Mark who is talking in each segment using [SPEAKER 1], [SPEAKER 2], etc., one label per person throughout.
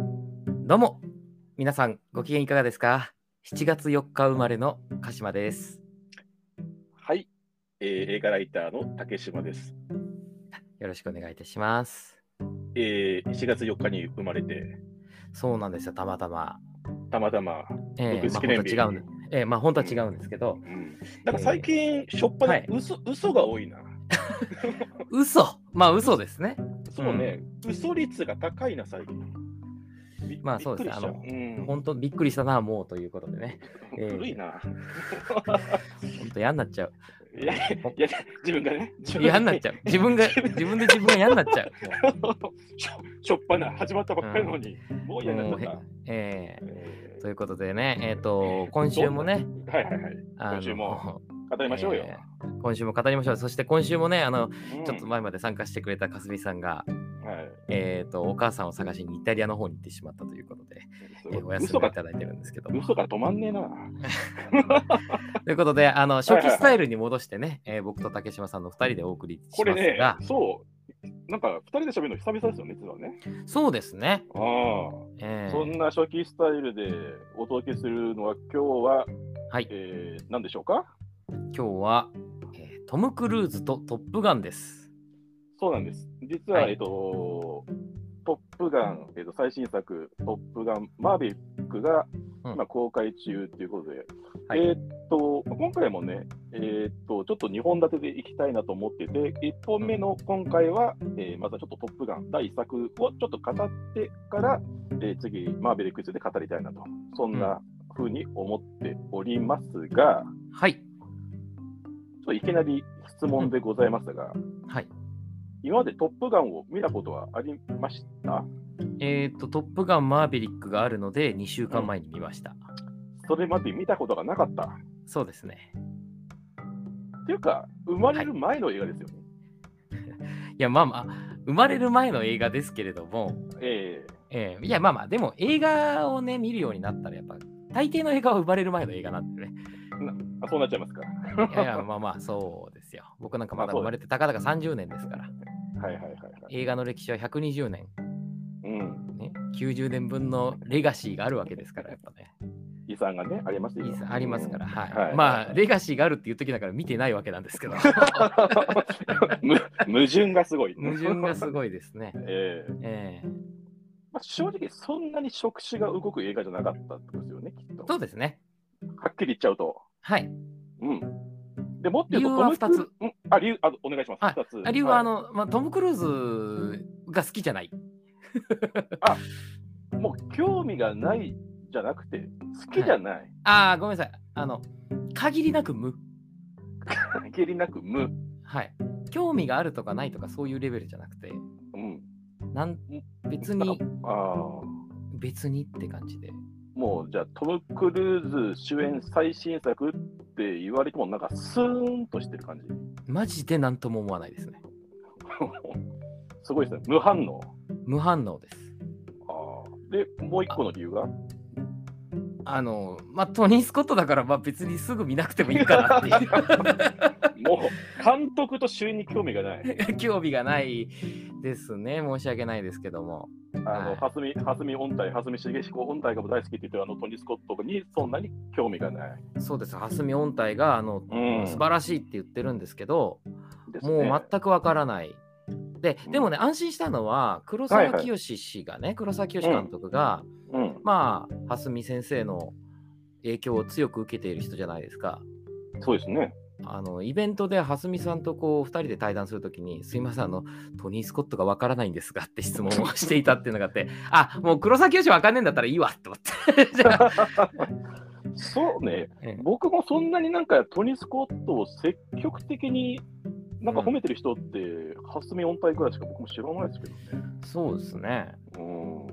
[SPEAKER 1] どうも皆さんご機嫌いかがですか ?7 月4日生まれの鹿島です。
[SPEAKER 2] はい、えー映画ライターの竹島です、
[SPEAKER 1] よろしくお願いいたします。
[SPEAKER 2] えー。1月4日に生まれて、
[SPEAKER 1] そうなんですよ、たまたま。
[SPEAKER 2] たまたま。
[SPEAKER 1] ええ
[SPEAKER 2] 僕
[SPEAKER 1] まあ、
[SPEAKER 2] 記
[SPEAKER 1] 本
[SPEAKER 2] 念
[SPEAKER 1] 当
[SPEAKER 2] 日
[SPEAKER 1] は違うんでええまあ、本当は違うんですけど
[SPEAKER 2] う、ん、なんか最近、しょっぱ
[SPEAKER 1] は
[SPEAKER 2] ない嘘嘘が多いな。
[SPEAKER 1] 嘘まあ、嘘ですね。
[SPEAKER 2] そうね、嘘率が高いな、最近。び
[SPEAKER 1] まあそうですね
[SPEAKER 2] びっくりした
[SPEAKER 1] あの
[SPEAKER 2] うん
[SPEAKER 1] 本当、びっくりしたな、もうということでね。えー
[SPEAKER 2] 古いな。
[SPEAKER 1] 本当、嫌になっちゃう。
[SPEAKER 2] いや、いや自分がね、 自分が
[SPEAKER 1] 嫌になっちゃう。自分が、自分で自分が嫌になっちゃう。
[SPEAKER 2] しょしょっぱな、始まったばっかりなのに、もう嫌
[SPEAKER 1] もう
[SPEAKER 2] にな
[SPEAKER 1] も
[SPEAKER 2] っ
[SPEAKER 1] う
[SPEAKER 2] ち
[SPEAKER 1] へ
[SPEAKER 2] ゃった。
[SPEAKER 1] え
[SPEAKER 2] え
[SPEAKER 1] えということでね、えっ、と、今週もね、
[SPEAKER 2] ーはいはいはい、
[SPEAKER 1] あの
[SPEAKER 2] 今週も語りましょうよ。
[SPEAKER 1] えー今週も語りましょう。そして今週もね、あの、
[SPEAKER 2] うん
[SPEAKER 1] ちょっと前まで参加してくれたかすみさんが、
[SPEAKER 2] はい
[SPEAKER 1] えー、とお母さんを探しにイタリアの方に行ってしまったということで、えーお休み
[SPEAKER 2] 嘘
[SPEAKER 1] を
[SPEAKER 2] が
[SPEAKER 1] いただいてるんですけども。
[SPEAKER 2] 嘘が止まんねえな。
[SPEAKER 1] ということであの、
[SPEAKER 2] いはい
[SPEAKER 1] 初期スタイルに戻してね、えー僕と竹島さんの2人でお送りし
[SPEAKER 2] こ
[SPEAKER 1] ま
[SPEAKER 2] れ
[SPEAKER 1] す
[SPEAKER 2] ね
[SPEAKER 1] が、、
[SPEAKER 2] そう、なんか2人で喋るの久々ですよね、実はね。
[SPEAKER 1] そうですね、
[SPEAKER 2] あ
[SPEAKER 1] えー
[SPEAKER 2] あ、そんな初期スタイルでお届けするのは、今日は、
[SPEAKER 1] はい、
[SPEAKER 2] えー、何でしょうか
[SPEAKER 1] 今日は、えートム・クルーズとトップガンです。
[SPEAKER 2] そうなんです。実は、
[SPEAKER 1] はい
[SPEAKER 2] えっと、トップガン、えっと、最新作、トップガン、マーヴィックが
[SPEAKER 1] うん
[SPEAKER 2] 今公開中ということで、
[SPEAKER 1] はい
[SPEAKER 2] えっと、今回もね、えっと、ちょっと2本立てでいきたいなと思ってて、1本目の今回は、えーまずはちょっとトップガン第1作をちょっと語ってから、えー次、マーヴィックについて語りたいなと、そんな風に思っておりますが、
[SPEAKER 1] はい、
[SPEAKER 2] ちょっといきなり質問でございますが、
[SPEAKER 1] はい
[SPEAKER 2] 今までトップガンを見たことはありました
[SPEAKER 1] えー、とトップガン・マーヴェリックがあるので2週間前に見ました。
[SPEAKER 2] それまで見たことがなかった。っ
[SPEAKER 1] そうですね。
[SPEAKER 2] ていうか、生まれる前の映画ですよね。
[SPEAKER 1] いやまあまあ生まれる前の映画ですけれども、
[SPEAKER 2] え
[SPEAKER 1] えーいやまあまあでも映画をね見るようになったらやっぱ大抵の映画は生まれる前の映画なんでね
[SPEAKER 2] えあそうなっちゃいますか。
[SPEAKER 1] いやいやまあまあそうですよ僕なんかまだ
[SPEAKER 2] まあそ
[SPEAKER 1] 生ま
[SPEAKER 2] うです
[SPEAKER 1] れてたかだか30年ですから
[SPEAKER 2] はいはいはい、はい。
[SPEAKER 1] 映画の歴史は120年、
[SPEAKER 2] うん。
[SPEAKER 1] ね、90年分のレガシーがあるわけですからやっぱね
[SPEAKER 2] 遺産がね、ありますよ
[SPEAKER 1] いいさありますから、はい
[SPEAKER 2] はい
[SPEAKER 1] まあレガシーがあるっていう時だから見てないわけなんですけど
[SPEAKER 2] む矛盾がすごい。
[SPEAKER 1] 矛盾がすごいですね
[SPEAKER 2] ええ
[SPEAKER 1] ええ
[SPEAKER 2] まあ、正直、そんなに触手が動く映画じゃなかったってことですよね、きっと。
[SPEAKER 1] そ
[SPEAKER 2] は
[SPEAKER 1] うですね
[SPEAKER 2] っきり言っちゃうと。
[SPEAKER 1] はい
[SPEAKER 2] うん。でもっと言う
[SPEAKER 1] 理
[SPEAKER 2] と、
[SPEAKER 1] 由は二つ
[SPEAKER 2] トムクルーズ。うんあ、理由あ、お願いします。
[SPEAKER 1] あ
[SPEAKER 2] 二つ。
[SPEAKER 1] あ理由はあ
[SPEAKER 2] い
[SPEAKER 1] の、まあ、トム・クルーズが好きじゃない
[SPEAKER 2] もう興味がないじゃなくて、好きじゃない。
[SPEAKER 1] ああごめんなさいあの限りなく無
[SPEAKER 2] 限りなく無。
[SPEAKER 1] はい。興味があるとかないとかそういうレベルじゃなくて、
[SPEAKER 2] うん。
[SPEAKER 1] なん別に、
[SPEAKER 2] ああ。
[SPEAKER 1] 別にって感じで。
[SPEAKER 2] もうじゃあトム・クルーズ主演最新作って言われてもなんかスーンとしてる感じ
[SPEAKER 1] マジで何とも思わないですね。
[SPEAKER 2] すごいですね無反応
[SPEAKER 1] 無反応です。
[SPEAKER 2] あーでもう一個の理由が
[SPEAKER 1] あの、まあ、トニー・スコットだから、まあ、別にすぐ見なくてもいいかなって
[SPEAKER 2] もう監督と主演に興味がない
[SPEAKER 1] いう興味がないですね。申し訳ないですけども。
[SPEAKER 2] あ
[SPEAKER 1] は
[SPEAKER 2] の
[SPEAKER 1] い
[SPEAKER 2] 蓮見蓮見音体蓮見茂彦音体が大好きって言ってるあのトニー・スコットにそんなに興味がない、
[SPEAKER 1] そうです。蓮見音体が、あの、
[SPEAKER 2] うん
[SPEAKER 1] 素晴らしいって言ってるんですけど、
[SPEAKER 2] ですね
[SPEAKER 1] もう全くわからない。ででもね、安心したのは黒
[SPEAKER 2] はい
[SPEAKER 1] 沢
[SPEAKER 2] はい
[SPEAKER 1] 清氏がね、黒沢清監督が、
[SPEAKER 2] うん
[SPEAKER 1] まあ、蓮見先生の影響を強く受けている人じゃないですか。
[SPEAKER 2] そうですね
[SPEAKER 1] あのイベントで蓮見さんとこう2人で対談するときに、すいません、あのトニー・スコットがわからないんですがって質問をしていたっていうのがあって、あもう黒崎しわかんねえんだったらいいわって思って。 じゃあ
[SPEAKER 2] そうね
[SPEAKER 1] ええ
[SPEAKER 2] 僕もそんなになんかトニー・スコットを積極的になんか褒めてる人って、蓮見音体ぐらいしか僕も知らないですけどね。
[SPEAKER 1] そうですね。
[SPEAKER 2] うん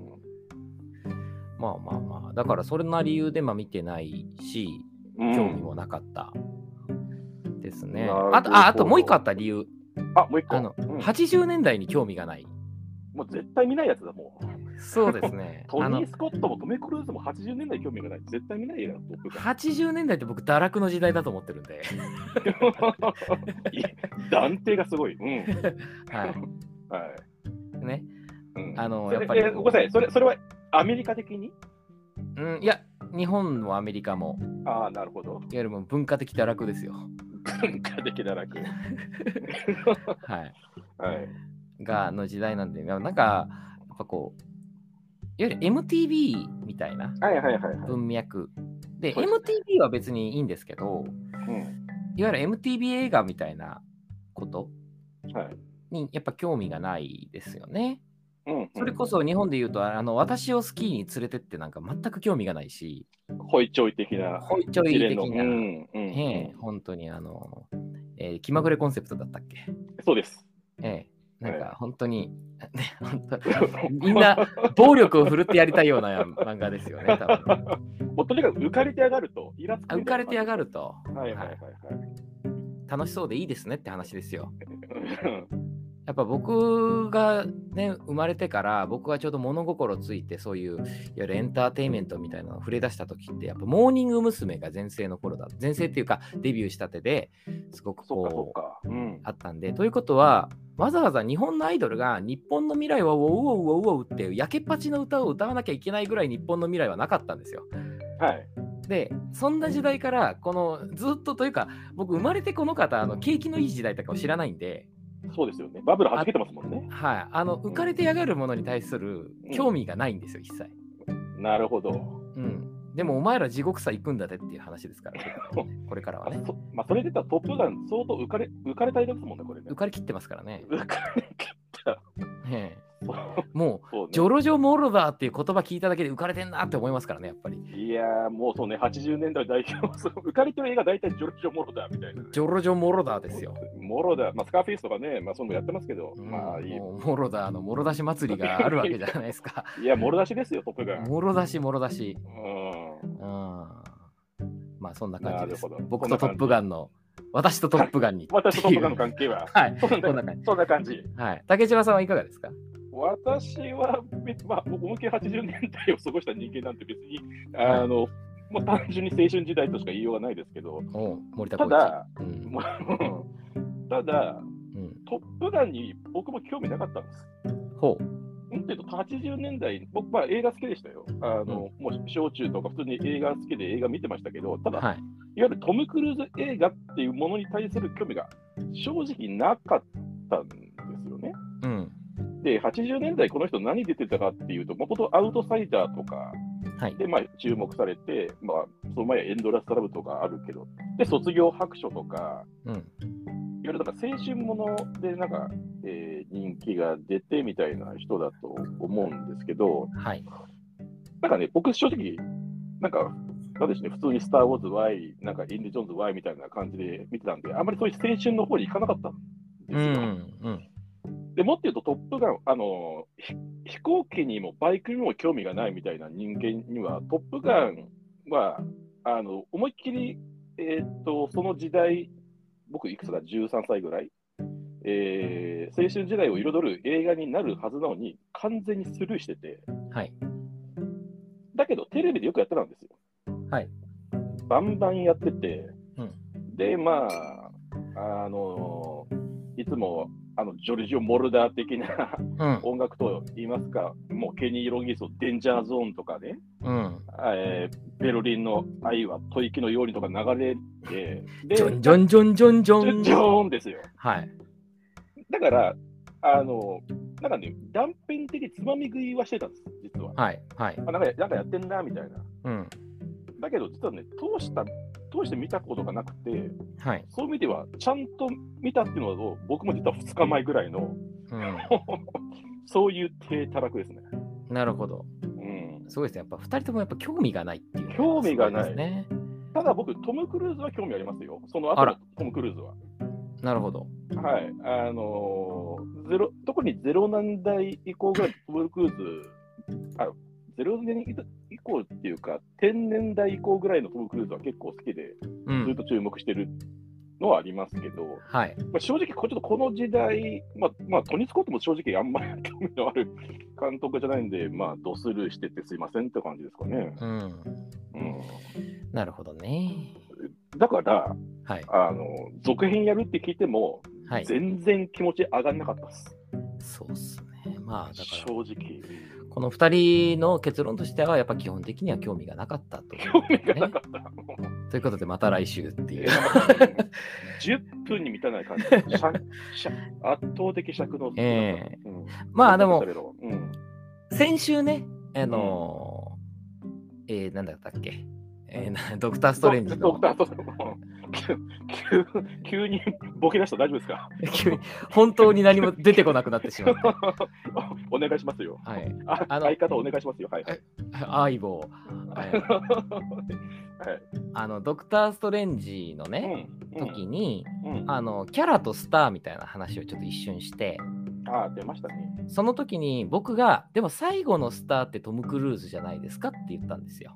[SPEAKER 1] まあまあまあ、だからそれな理由でまあ見てないし、
[SPEAKER 2] うん
[SPEAKER 1] 興味もなかった。ですね。
[SPEAKER 2] なるほど
[SPEAKER 1] あとあ、あともう一個あった理由、
[SPEAKER 2] あもう一個
[SPEAKER 1] あの、
[SPEAKER 2] うん
[SPEAKER 1] 80年代に興味がない。
[SPEAKER 2] もう絶対見ないやつだ、もう。。
[SPEAKER 1] そうですね
[SPEAKER 2] ト
[SPEAKER 1] あの
[SPEAKER 2] ニー・スコットもトム・クルーズも80年代興味がない。絶対見ない映画だ、僕が。
[SPEAKER 1] 80年代って僕堕落の時代だと思ってるん で、
[SPEAKER 2] いや断定がすごい。うん。
[SPEAKER 1] は
[SPEAKER 2] はい。
[SPEAKER 1] いね、
[SPEAKER 2] うん
[SPEAKER 1] あの
[SPEAKER 2] それ
[SPEAKER 1] やっぱり
[SPEAKER 2] えーごめんなさい、それそれはアメリカ的に
[SPEAKER 1] うん、いや、日本もアメリカも、
[SPEAKER 2] ああ、なるほど。
[SPEAKER 1] いわゆるもう文化的堕落ですよ。
[SPEAKER 2] 文化的堕落。
[SPEAKER 1] はい。
[SPEAKER 2] はい。
[SPEAKER 1] がの時代なんで、なんか、やっぱこう、いわゆる MTV みたいな
[SPEAKER 2] はいはいはいはい。
[SPEAKER 1] 文脈。で、
[SPEAKER 2] そうです
[SPEAKER 1] MTV は別にいいんですけど、
[SPEAKER 2] うん。
[SPEAKER 1] いわゆる MTV 映画みたいなこと
[SPEAKER 2] はい。
[SPEAKER 1] にやっぱ興味がないですよね。
[SPEAKER 2] うん、
[SPEAKER 1] それこそ日本で言うと、あの私をスキーに連れてってなんか全く興味がないし、
[SPEAKER 2] うん。ホイチョイ的な。
[SPEAKER 1] ホイチョイ的な
[SPEAKER 2] う、んうん
[SPEAKER 1] ええ本当にあの、えー気まぐれコンセプトだったっけ
[SPEAKER 2] そうです。
[SPEAKER 1] ええ、なん
[SPEAKER 2] は
[SPEAKER 1] か本当に、 ね、本当 みんな暴力を振るってやりたいような漫画ですよね、多 分。
[SPEAKER 2] もうとにかく浮かれてやがると、イラつく
[SPEAKER 1] あ浮かれてやがると、
[SPEAKER 2] る。はいはいはい
[SPEAKER 1] 楽しそうでいいですねって話ですよ。
[SPEAKER 2] はい。
[SPEAKER 1] やっぱ僕がね、生まれてから、僕がちょうど物心ついて、そういう、いわゆるエンターテインメントみたいなのを触れ出した時って、やっぱモーニング娘。が全盛の頃だ。全盛っていうか、デビューしたてですごく
[SPEAKER 2] そっかそ
[SPEAKER 1] こ
[SPEAKER 2] っ
[SPEAKER 1] う、
[SPEAKER 2] か。うん。
[SPEAKER 1] あったんで。ということは、わざわざ日本のアイドルが日本の未来はウォウウォウウォウウォウっていう焼けっぱちの歌を歌わなきゃいけないぐらい日本の未来はなかったんですよ。
[SPEAKER 2] はい。
[SPEAKER 1] でそんな時代からこのずっとというか僕生まれてこの方あの景気のいい時代とかを知らないんで、
[SPEAKER 2] そうですよね。バブルはじけてますもんね。
[SPEAKER 1] はい、あの浮かれてやがるものに対する興味がないんですよ一切、
[SPEAKER 2] なるほど。
[SPEAKER 1] うん、でもお前ら地獄さ行くんだぜっていう話ですからこれ,、これからは
[SPEAKER 2] あ
[SPEAKER 1] ね
[SPEAKER 2] そまあ、それで言ったらトップガン、相当浮かれ、浮かれたいですもんね、これね
[SPEAKER 1] 浮。かれきってますからね、
[SPEAKER 2] 浮かれきった。
[SPEAKER 1] ええ
[SPEAKER 2] そう
[SPEAKER 1] もう
[SPEAKER 2] そうね
[SPEAKER 1] ジョロジョモロだっていう言葉聞いただけで浮かれてんなって思いますからねやっぱり
[SPEAKER 2] いやー、もうそうね、80年代代表、その浮かれてる映画、大体ジョルジョ・モロだみたいな、ね。
[SPEAKER 1] ジョロジョモロだですよ、
[SPEAKER 2] モロだ、まあ、スカーフェイスとかね、まあ、そういうのやってますけど、
[SPEAKER 1] うん
[SPEAKER 2] まあい
[SPEAKER 1] もうモロだのモロ出し祭りがあるわけじゃないです か
[SPEAKER 2] い。いや、モロ出しですよ、トップガン。
[SPEAKER 1] モロ出しモロ出し
[SPEAKER 2] うん。
[SPEAKER 1] うんまあそんな感じです
[SPEAKER 2] なるほど。
[SPEAKER 1] 僕とトップガンの、私とトップガンに。
[SPEAKER 2] 私とトップガンの
[SPEAKER 1] っていう。
[SPEAKER 2] 関係は
[SPEAKER 1] はい。
[SPEAKER 2] そん
[SPEAKER 1] こん
[SPEAKER 2] な
[SPEAKER 1] な感じ。
[SPEAKER 2] そんな感じ。
[SPEAKER 1] はい。竹島さんはいかがですか
[SPEAKER 2] 私は、べまあ、僕、思いっきり80年代を過ごした人間なんて別に、あの、もう単純に青春時代としか言いようがないですけど、
[SPEAKER 1] おう森田浩
[SPEAKER 2] た
[SPEAKER 1] 一。う
[SPEAKER 2] だ、
[SPEAKER 1] ん
[SPEAKER 2] もうただ、
[SPEAKER 1] うん
[SPEAKER 2] トップガンに僕も興味なかったんです。
[SPEAKER 1] ほ
[SPEAKER 2] うんと80年代、僕は映画好きでしたよ。あのもう小中とか普通に映画好きで映画見てましたけど、た
[SPEAKER 1] う。
[SPEAKER 2] だ、い、
[SPEAKER 1] はい。
[SPEAKER 2] わゆるトム・クルーズ映画っていうものに対する興味が正直なかったんですよね。
[SPEAKER 1] うん。
[SPEAKER 2] で、80年代、この人何出てたかっていうと、もともとアウトサイダーとか
[SPEAKER 1] はい。
[SPEAKER 2] で、まあ、注目されて、まあ、その前はエンドラストラブとかあるけど、で、卒業白書とか、
[SPEAKER 1] うん。
[SPEAKER 2] いわゆるなんか青春もので、なんか、えー人気が出てみたいな人だと思うんですけど、
[SPEAKER 1] はい。
[SPEAKER 2] なんかね、僕、正直、なんか、なんでしょうね、普通にスター・ウォーズ Y、なんか、インディ・ジョーンズ Y みたいな感じで見てたんで、あんまりそういう青春の方に行かなかったんです
[SPEAKER 1] う
[SPEAKER 2] よ。
[SPEAKER 1] ん。うん。
[SPEAKER 2] でもっと言うと、トップガン、あのひ飛行機にもバイクにも興味がないみたいな人間には、トップガンは、あの思いっきり、えーっと、その時代、僕、いくつだ、13歳ぐらい、えー青春時代を彩る映画になるはずなのに、完全にスルーしてて。
[SPEAKER 1] はい。
[SPEAKER 2] だけど、テレビでよくやってたんですよ。
[SPEAKER 1] はい。
[SPEAKER 2] バンバンやってて、
[SPEAKER 1] うん
[SPEAKER 2] で、まあ、あのいつも、あの、ジョルジオ・モルダー的な
[SPEAKER 1] うん。
[SPEAKER 2] 音楽と言いますか、もうケニー・ロギースのデンジャーゾーンとかね、
[SPEAKER 1] うん。
[SPEAKER 2] えーベルリンの愛は吐息のようにとか流れて、で、
[SPEAKER 1] ジョンジョンジョンジョンジ
[SPEAKER 2] ジョンジ
[SPEAKER 1] ョン。
[SPEAKER 2] ョーンですよ。
[SPEAKER 1] はい。
[SPEAKER 2] だから、あのなんかね、断片的につまみ食いはしてたんです、実は。
[SPEAKER 1] はい。はい。
[SPEAKER 2] あなんかなんかやってんな、みたいな。
[SPEAKER 1] うん。
[SPEAKER 2] だけど実はね、通した、通して見たことがなくて、
[SPEAKER 1] はい。
[SPEAKER 2] そういう意味では、ちゃんと見たっていうのを、僕も実は2日前ぐらいの、
[SPEAKER 1] うん。
[SPEAKER 2] そういう低たらくですね。
[SPEAKER 1] なるほど。
[SPEAKER 2] うん、
[SPEAKER 1] そうですね。やっぱ二人ともやっぱ興味がないっていうのが
[SPEAKER 2] 興味がない
[SPEAKER 1] すごですね。
[SPEAKER 2] ただ僕、トム・クルーズは興味ありますよ。その
[SPEAKER 1] あ
[SPEAKER 2] 後の
[SPEAKER 1] ら
[SPEAKER 2] トム・クルーズは。
[SPEAKER 1] なるほど。
[SPEAKER 2] はい。あのーゼロ、特にゼロ年代以降ぐらい、トム・クルーズ、あ、ゼロ年以降っていうか、天然代以降ぐらいのトム・クルーズは結構好きで、
[SPEAKER 1] う
[SPEAKER 2] ずっ
[SPEAKER 1] ん。
[SPEAKER 2] と注目してるのはありますけど、
[SPEAKER 1] はい。
[SPEAKER 2] まあ、正直、こちょっとこの時代、まあまあ、トニー・スコットも正直あんまり興味のある監督じゃないんで、まあ、ドスルーしててすいませんって感じですかね。
[SPEAKER 1] うん。
[SPEAKER 2] う
[SPEAKER 1] なるほどね。
[SPEAKER 2] ん、だから
[SPEAKER 1] はい。
[SPEAKER 2] あの、続編やるって聞いても、
[SPEAKER 1] はい。
[SPEAKER 2] 全然気持ち上がんなかったです、
[SPEAKER 1] そうっすね。まあ、だから、
[SPEAKER 2] 正直。
[SPEAKER 1] この2人の結論としては、やっぱ基本的には興味がなかったと、
[SPEAKER 2] 興味がなかった。もう
[SPEAKER 1] ということで、また来週って いう。
[SPEAKER 2] 10分に満たない感じ。尺尺圧倒的尺の少なさ。
[SPEAKER 1] え
[SPEAKER 2] うん
[SPEAKER 1] まあでも、
[SPEAKER 2] うん、
[SPEAKER 1] 先週ね、あのーえー、なんだったっけ、えーなドクター・ストレンジの
[SPEAKER 2] ドクタードクター急急急にボケ出した大丈夫ですか
[SPEAKER 1] 急に本当に何も出てこなくなってしまった。
[SPEAKER 2] お願いしますよ。
[SPEAKER 1] はい、
[SPEAKER 2] あ
[SPEAKER 1] あの
[SPEAKER 2] 相方お願いしますよ。はいはい。
[SPEAKER 1] 相 棒、はいあのドクター・ストレンジのね、
[SPEAKER 2] うん
[SPEAKER 1] 時に
[SPEAKER 2] うんうん
[SPEAKER 1] あのキャラとスターみたいな話をちょっと一瞬して
[SPEAKER 2] あー出ましたね。
[SPEAKER 1] その時に僕が「でも最後のスターってトム・クルーズじゃないですか?」って言ったんですよ。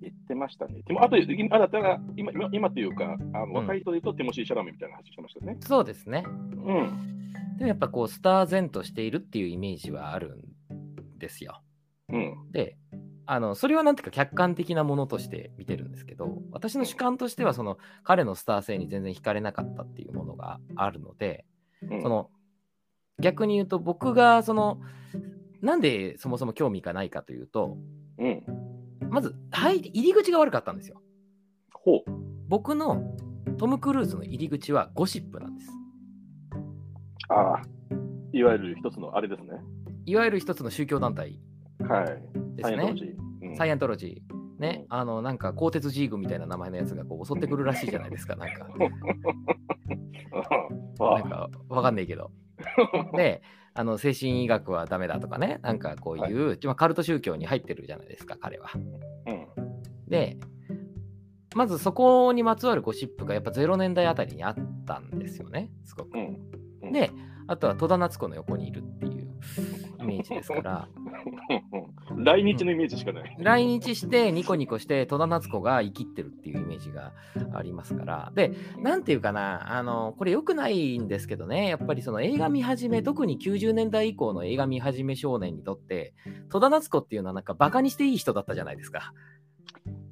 [SPEAKER 2] 言ってましたね。でもあと今あだったら今今今というかあの若い人で言うとティモシー・シャラメみたいな話してましたね。
[SPEAKER 1] そうですね。
[SPEAKER 2] うん。
[SPEAKER 1] でもやっぱこうスター前としているっていうイメージはあるんですよ。
[SPEAKER 2] うん。
[SPEAKER 1] であのそれはなんていうか客観的なものとして見てるんですけど私の主観としてはその彼のスター性に全然惹かれなかったっていうものがあるので
[SPEAKER 2] うん
[SPEAKER 1] その逆に言うと僕がそのなんでそもそも興味がないかというと
[SPEAKER 2] うん。
[SPEAKER 1] まず入り入り口が悪かったんですよ
[SPEAKER 2] ほう。
[SPEAKER 1] 僕のトム・クルーズの入り口はゴシップなんです
[SPEAKER 2] ああ。いわゆる一つのあれですね。
[SPEAKER 1] いわゆる一つの宗教団体
[SPEAKER 2] はい。
[SPEAKER 1] です
[SPEAKER 2] サイエント
[SPEAKER 1] ね
[SPEAKER 2] ロジーうん
[SPEAKER 1] サイエントロジー。ね
[SPEAKER 2] う、
[SPEAKER 1] あのなんか鋼鉄ジーグみたいな名前のやつがこう襲ってくるらしいじゃないですか、なん か、
[SPEAKER 2] あ
[SPEAKER 1] なんかわかんないけ ど。で、あの精神医学はダメだとかね、なんかこういう、まあカルト宗教に入ってるじゃないですか、彼は。
[SPEAKER 2] うん。
[SPEAKER 1] で、まずそこにまつわるゴシップがやっぱ0年代あたりにあったんですよね、すごく
[SPEAKER 2] う。ん。うん
[SPEAKER 1] で、あとは戸田夏子の横にいるっていうイメージです から、
[SPEAKER 2] うん 来日のイメージしかない。
[SPEAKER 1] 来日してニコニコして戸田夏子が生きってるっていうイメージがありますから。で、なんていうかな、あの、これ良くないんですけどね、やっぱりその映画見始め、特に90年代以降の映画見始め少年にとって、戸田夏子っていうのはなんかバカにしていい人だったじゃないですか。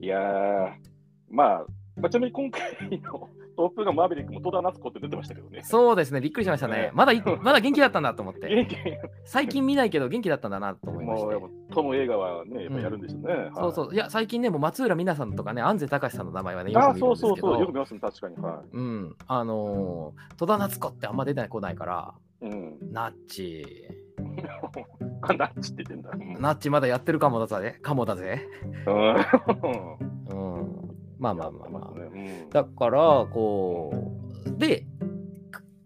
[SPEAKER 2] いやー、まあ、まあ、ちなみに今回の トップがマーベリックも戸田夏子って出てましたけどね。
[SPEAKER 1] そうですね、びっくりしましたね
[SPEAKER 2] ね。
[SPEAKER 1] まだい、まだ元気だったんだと思って。
[SPEAKER 2] 元気
[SPEAKER 1] 最近見ないけど元気だったんだなと思いま
[SPEAKER 2] もうやっ
[SPEAKER 1] して。
[SPEAKER 2] ぱトム映画はね、やっぱやるんですよね。。
[SPEAKER 1] そうそうう。いや、最近ね、もう松浦美奈さんとかね、安瀬隆さんの名前はね、よ
[SPEAKER 2] あ
[SPEAKER 1] く
[SPEAKER 2] あ、
[SPEAKER 1] 見るん
[SPEAKER 2] そう
[SPEAKER 1] ですけど。
[SPEAKER 2] そうそう、よく見ますね、確かに。は
[SPEAKER 1] うん、あのー戸田夏子ってあんま出てこないから、
[SPEAKER 2] い。うん。
[SPEAKER 1] ナッチ、
[SPEAKER 2] かなっちって言ってんだ。うん
[SPEAKER 1] ナッチまだやってるかもだぜ、かもだぜ。
[SPEAKER 2] う
[SPEAKER 1] うん、まあ
[SPEAKER 2] ん。
[SPEAKER 1] まあまあまあ。
[SPEAKER 2] うん
[SPEAKER 1] だから、こう、で、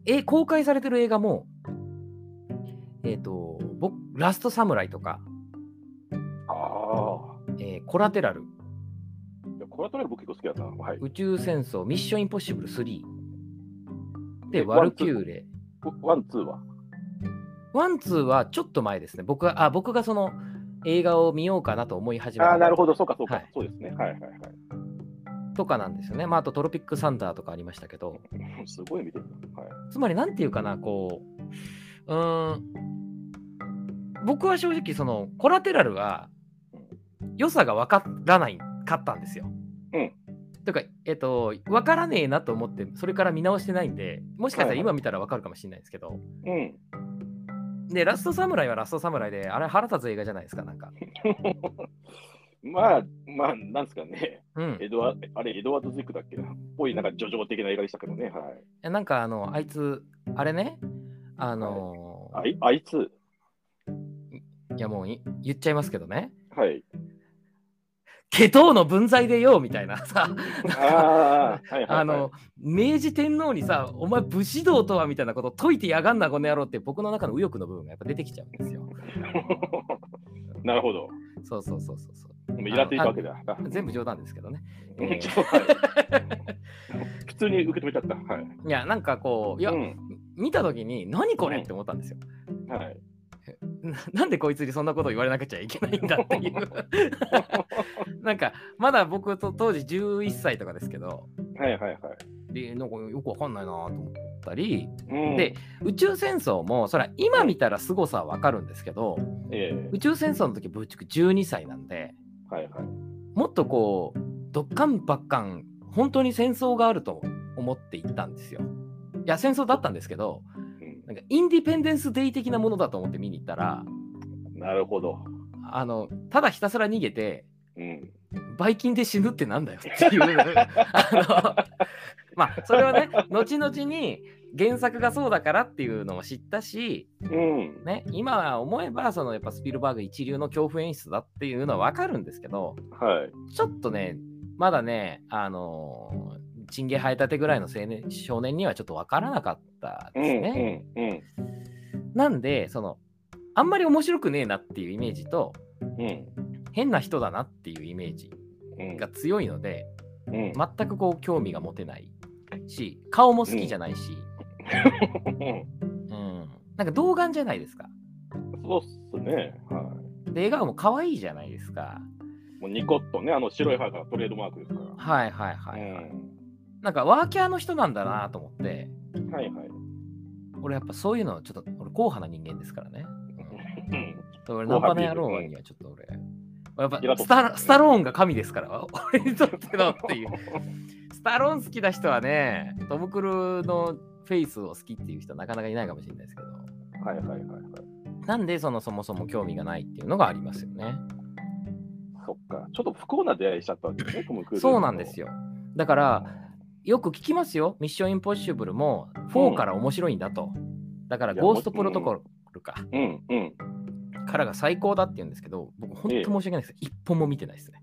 [SPEAKER 1] え公開されてる映画も、えっ、と、僕、ラストサムライとか、
[SPEAKER 2] ああ。
[SPEAKER 1] えーコラテラル、
[SPEAKER 2] いやこれはとりあえず僕結構好きだったな。はい。
[SPEAKER 1] 宇宙戦争、ミッションインポッシブル3。で、
[SPEAKER 2] え
[SPEAKER 1] ワルキューレ。
[SPEAKER 2] ワン、ツーは。
[SPEAKER 1] ワン、ツーはちょっと前ですね。僕は、あ、僕がその映画を見ようかなと思い始め
[SPEAKER 2] あ
[SPEAKER 1] た。
[SPEAKER 2] あ、なるほど、そうか、そうか、
[SPEAKER 1] はい
[SPEAKER 2] そうですね。はいはいはい。
[SPEAKER 1] とかなんですよね。まあ、あとトロピックサンダーとかありましたけど、
[SPEAKER 2] うんすごい見てるな。はい。
[SPEAKER 1] つまりなんていうかな、こう、うーん、僕は正直、そのコラテラルは良さが分からないかったんですよ。
[SPEAKER 2] うん。
[SPEAKER 1] というか、えっと、分からねえなと思って、それから見直してないんで、もしかした
[SPEAKER 2] は
[SPEAKER 1] ら
[SPEAKER 2] いはい
[SPEAKER 1] 今見たら分かるかもしれないですけど、
[SPEAKER 2] うん。
[SPEAKER 1] で、ラストサムライはラストサムライで、あれ腹立つ映画じゃないですか、なんか。
[SPEAKER 2] まあ、まあ、なんですかね。
[SPEAKER 1] うん。
[SPEAKER 2] エドワあれ、エドワード・ズイックだっけな。っぽい、なんか、叙情的な映画でしたけどね。はい。
[SPEAKER 1] えなんか、あの、あいつ、あれね、あのー
[SPEAKER 2] あいあいつ、
[SPEAKER 1] いやもうい言っちゃいますけどね、
[SPEAKER 2] はい。
[SPEAKER 1] 下等の分際でよみたいなさ、
[SPEAKER 2] ああ、はいはい、はい。
[SPEAKER 1] あの、明治天皇にさ、お前武士道とはみたいなこと解いてやがんな、この野郎って僕の中の右翼の部分がやっぱ出てきちゃうんですよ。
[SPEAKER 2] なるほど。
[SPEAKER 1] そうそうそうそうそ
[SPEAKER 2] もうイラついたわけだ。あ
[SPEAKER 1] う。全部冗談ですけどね。
[SPEAKER 2] う
[SPEAKER 1] え
[SPEAKER 2] ん
[SPEAKER 1] ー
[SPEAKER 2] ちょっとはい普通に受け止めちゃった。はい。
[SPEAKER 1] いや、なんかこう、いや、
[SPEAKER 2] うん
[SPEAKER 1] 見た時に、何これって思ったんですよ。
[SPEAKER 2] はい。
[SPEAKER 1] な なんでこいつにそんなこと言われなくちゃいけないんだっていう。なんか、まだ僕と当時11歳とかですけど、
[SPEAKER 2] はいはいはい。
[SPEAKER 1] でなんかよくわかんないなと思ったり、
[SPEAKER 2] うん
[SPEAKER 1] で、宇宙戦争も、そりゃ今見たら凄さはわかるんですけど、
[SPEAKER 2] ええ
[SPEAKER 1] 宇宙戦争の時ぶっちゃけ12歳なんで
[SPEAKER 2] はいはい。
[SPEAKER 1] もっとこうどっかんばっかん本当に戦争があると思っていったんですよ。いや戦争だったんですけど
[SPEAKER 2] う
[SPEAKER 1] なんかインディペンデンス・デイ的なものだと思って見に行ったら
[SPEAKER 2] んなるほど。
[SPEAKER 1] あのただひたすら逃げて
[SPEAKER 2] うん。
[SPEAKER 1] バイキンで死ぬってなんだよっていうあのまあそれはね後々に原作がそうだからっていうのを知ったし、
[SPEAKER 2] うん。
[SPEAKER 1] ね、今思えばそのやっぱスピルバーグ一流の恐怖演出だっていうのは分かるんですけど
[SPEAKER 2] はい。
[SPEAKER 1] ちょっとねまだねあのーチンゲ生えたてぐらいの青年少年にはちょっと分からなかった
[SPEAKER 2] う
[SPEAKER 1] ですね。
[SPEAKER 2] ん。うん。うん。
[SPEAKER 1] なんでそのあんまり面白くねえなっていうイメージと
[SPEAKER 2] うん。
[SPEAKER 1] 変な人だなっていうイメージ
[SPEAKER 2] うん。
[SPEAKER 1] が強いので、
[SPEAKER 2] うん。
[SPEAKER 1] 全くこう興味が持てないし顔も好きじゃないし、うんなんか童顔じゃないですか
[SPEAKER 2] そうっすね。は
[SPEAKER 1] で笑顔も可愛いじゃないですか
[SPEAKER 2] い。もうニコッとね、あの白い歯がトレードマークですから。
[SPEAKER 1] はいはいはい、
[SPEAKER 2] うん
[SPEAKER 1] なんかワーキャーの人なんだなと思って
[SPEAKER 2] はいはい。
[SPEAKER 1] 俺やっぱそういうのちょっと俺硬派な人間ですからね、
[SPEAKER 2] うん
[SPEAKER 1] うん、俺ナンパの野郎にはちょっと俺やっぱ
[SPEAKER 2] 嫌だと
[SPEAKER 1] スタスタローンが神ですから俺にとってのっていう スタローン好きな人はねトム・クルーのフェイスを好きっていう人はなかなかいないかもしれないですけど
[SPEAKER 2] はいはいはいはい。
[SPEAKER 1] なんでそのそもそも興味がないっていうのがありますよね。
[SPEAKER 2] そっか。ちょっと不幸な出会いしちゃったわけですね、トム・クルーズ
[SPEAKER 1] そうなんです
[SPEAKER 2] よ。
[SPEAKER 1] よ。だからよく聞きますよ。ミッションインポッシブルも
[SPEAKER 2] うん
[SPEAKER 1] 4から面白いんだと。だから
[SPEAKER 2] いや
[SPEAKER 1] ゴーストプロトコルか、
[SPEAKER 2] うんうん。
[SPEAKER 1] からが最高だって言うんですけど、僕本当申し訳ないです。一本も見てないですね。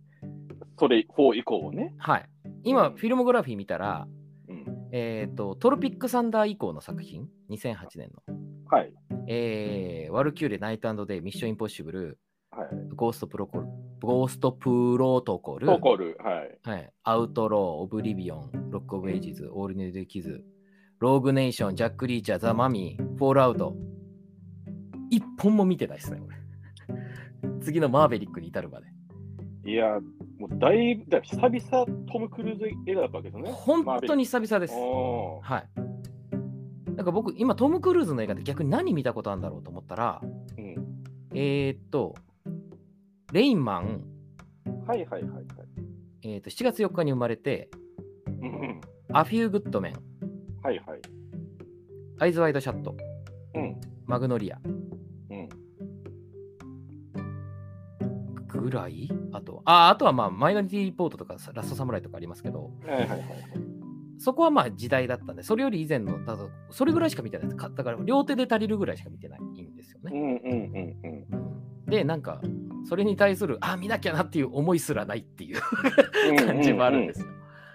[SPEAKER 2] それ4以降をね。
[SPEAKER 1] はい。
[SPEAKER 2] う
[SPEAKER 1] 今、
[SPEAKER 2] ん
[SPEAKER 1] フィルムグラフィー見たら、
[SPEAKER 2] うん。
[SPEAKER 1] えっ、と、トロピックサンダー以降の作品、2008年の、
[SPEAKER 2] はい。
[SPEAKER 1] えーワルキューレ、ナイトデイ、ミッションインポッシブル、
[SPEAKER 2] はい。
[SPEAKER 1] ゴーストプロコル、ゴーストプロトコル、
[SPEAKER 2] トコル。はい。
[SPEAKER 1] はい、アウトロー、オブリビオン、ロック・オブ・エイジズ、オール・ニュー・デキズ、ローグ・ネーション、ジャック・リーチャー、ザ・マミー、フォール・アウト。一本も見てないですね、俺。次のマーベリックに至るまで。
[SPEAKER 2] いや、もうだいぶ、だから久々トム・クルーズ映画だったわけですよね。
[SPEAKER 1] 本当
[SPEAKER 2] に
[SPEAKER 1] に久々です。
[SPEAKER 2] おー
[SPEAKER 1] はい。なんか僕、今、トム・クルーズの映画で逆に何見たことあるんだろうと思ったら、
[SPEAKER 2] うん。
[SPEAKER 1] えー、っと、レインマン、
[SPEAKER 2] はいはいはいはい。
[SPEAKER 1] えーっと7月4日に生まれて、
[SPEAKER 2] うんうん。
[SPEAKER 1] アフィュー・グッドメン、
[SPEAKER 2] はいはい。
[SPEAKER 1] アイズ・ワイド・シャット、
[SPEAKER 2] うん。
[SPEAKER 1] マグノリア、
[SPEAKER 2] うん。
[SPEAKER 1] ぐらいあとはああとはまあマイノリティリポートとかラストサムライとかありますけど
[SPEAKER 2] はいはいはい。
[SPEAKER 1] そこはまあ時代だったんでそれより以前のだとそれぐらいしか見てないですかだから両手で足りるぐらいしか見てないんですよ
[SPEAKER 2] う
[SPEAKER 1] ね、
[SPEAKER 2] んうんうんうん。
[SPEAKER 1] うんでなんかそれに対するあ見なきゃなっていう思いすらないっていう 感じもあるんですよ、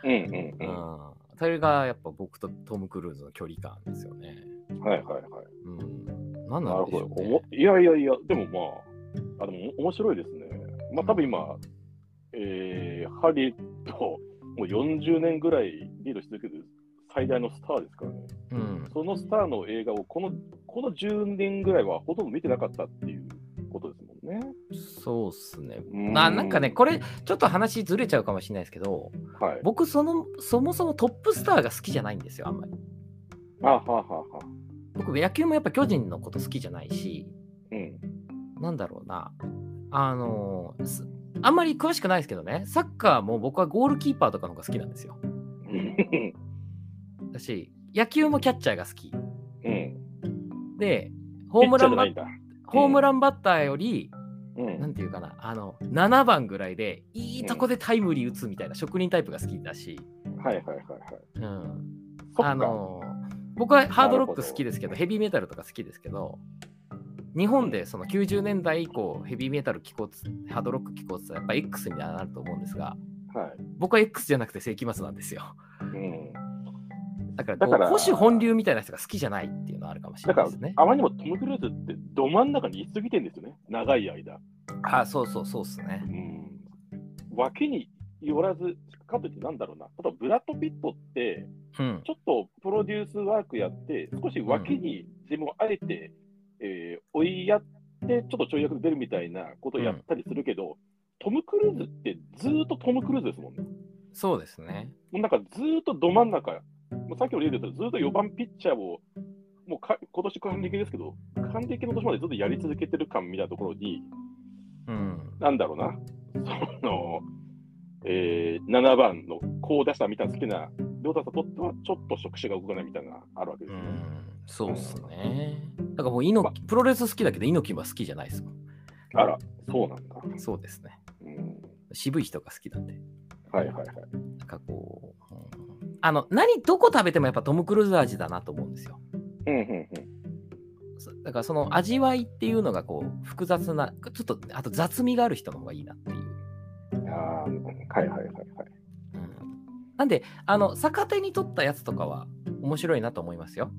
[SPEAKER 2] うんうん
[SPEAKER 1] う
[SPEAKER 2] うんん。
[SPEAKER 1] それがやっぱ僕とトム・クルーズの距離感ですよね
[SPEAKER 2] はいはいはい。
[SPEAKER 1] うん何
[SPEAKER 2] な
[SPEAKER 1] な
[SPEAKER 2] る
[SPEAKER 1] ん
[SPEAKER 2] ほ
[SPEAKER 1] でしょ。
[SPEAKER 2] ど
[SPEAKER 1] う
[SPEAKER 2] お
[SPEAKER 1] ね
[SPEAKER 2] もいやいやいや、でもまあ、あでも面白いですね。まあ多分今、えー、ハリウッドもう40年ぐらいリードし続けてる最大のスターですからね。
[SPEAKER 1] うん
[SPEAKER 2] そのスターの映画をこのこの10年ぐらいはほとんど見てなかったっていうことですもんね。
[SPEAKER 1] そうっすね
[SPEAKER 2] う
[SPEAKER 1] あなんかね、これちょっと話ずれちゃうかもしれないですけど、
[SPEAKER 2] はい。
[SPEAKER 1] 僕そのそもそもトップスターが好きじゃないんですよあんまり
[SPEAKER 2] あはあはあはあ。
[SPEAKER 1] 僕野球もやっぱ巨人のこと好きじゃないし
[SPEAKER 2] うん。
[SPEAKER 1] なんだろうなあのーすあんまり詳しくないですけどねサッカーも僕はゴールキーパーとかの方が好きなんですよ
[SPEAKER 2] うん
[SPEAKER 1] だし野球もキャッチャーが好き
[SPEAKER 2] うん。
[SPEAKER 1] でホームランバ
[SPEAKER 2] ピッチャーじゃないんだ。
[SPEAKER 1] ホームランバッターより
[SPEAKER 2] うん。
[SPEAKER 1] 何て言うかなあの7番ぐらいでいいとこでタイムリー打つみたいな職人タイプが好きだし、
[SPEAKER 2] はいはいはいはい。
[SPEAKER 1] うん、
[SPEAKER 2] そっか
[SPEAKER 1] あの僕はハードロック好きですけど
[SPEAKER 2] なるほど
[SPEAKER 1] ヘビーメタルとか好きですけど日本でその90年代以降ヘビーメタル気候ハードロック気候ってやっぱ X にはなると思うんですが
[SPEAKER 2] はい。
[SPEAKER 1] 僕は X じゃなくて世紀末なんです よ
[SPEAKER 2] うん。
[SPEAKER 1] だからこう
[SPEAKER 2] だから
[SPEAKER 1] 保守本流みたいな人が好きじゃないっていうのはあるかもしれな
[SPEAKER 2] だ
[SPEAKER 1] い
[SPEAKER 2] から
[SPEAKER 1] ですね、
[SPEAKER 2] あまりにもトム・クルーズってど真ん中にいすぎてんですよね、長い間。
[SPEAKER 1] ああそうそうそうっすね
[SPEAKER 2] うん。脇によらず、かといってなんだろうな、例えばブラッド・ピットって、
[SPEAKER 1] うん
[SPEAKER 2] ちょっとプロデュースワークやって、少し脇に自分をあえて、えー追いやって、ちょっとちょい役で出るみたいなことをやったりするけど、トム・クルーズってずーっとトム・クルーズですもんね。
[SPEAKER 1] そうですね
[SPEAKER 2] もうなんかずーっとど真ん中、もうさっきの例で言ったらずーっと4番ピッチャーを、もうか今年還暦ですけど、還暦の年までずっとやり続けてる感みたいなところに、
[SPEAKER 1] うん
[SPEAKER 2] なんだろうな、その、えー、7番の好打者みたいな好きな、両打者とってはちょっと触手が動かないみたいなのがあるわけで
[SPEAKER 1] う
[SPEAKER 2] すよ
[SPEAKER 1] んそう
[SPEAKER 2] ね。
[SPEAKER 1] っすねだからもう猪木プロレス好きだけど猪木は好きじゃないですもん
[SPEAKER 2] あら、そうなんだ。
[SPEAKER 1] そうですね。
[SPEAKER 2] うん、
[SPEAKER 1] 渋い人が好きなんで。
[SPEAKER 2] はいはいはい。
[SPEAKER 1] なんかこう、うんあの、何、どこ食べてもやっぱトム・クルーズ味だなと思うんですよ。
[SPEAKER 2] うんうん
[SPEAKER 1] そだからその味わいっていうのがこう複雑な、ちょっとあと雑味がある人の方がいいなっていう。
[SPEAKER 2] うん。ああー、はいはいはいはい。
[SPEAKER 1] うんなんで、あの、逆手に取ったやつとかは面白いなと思いますよ。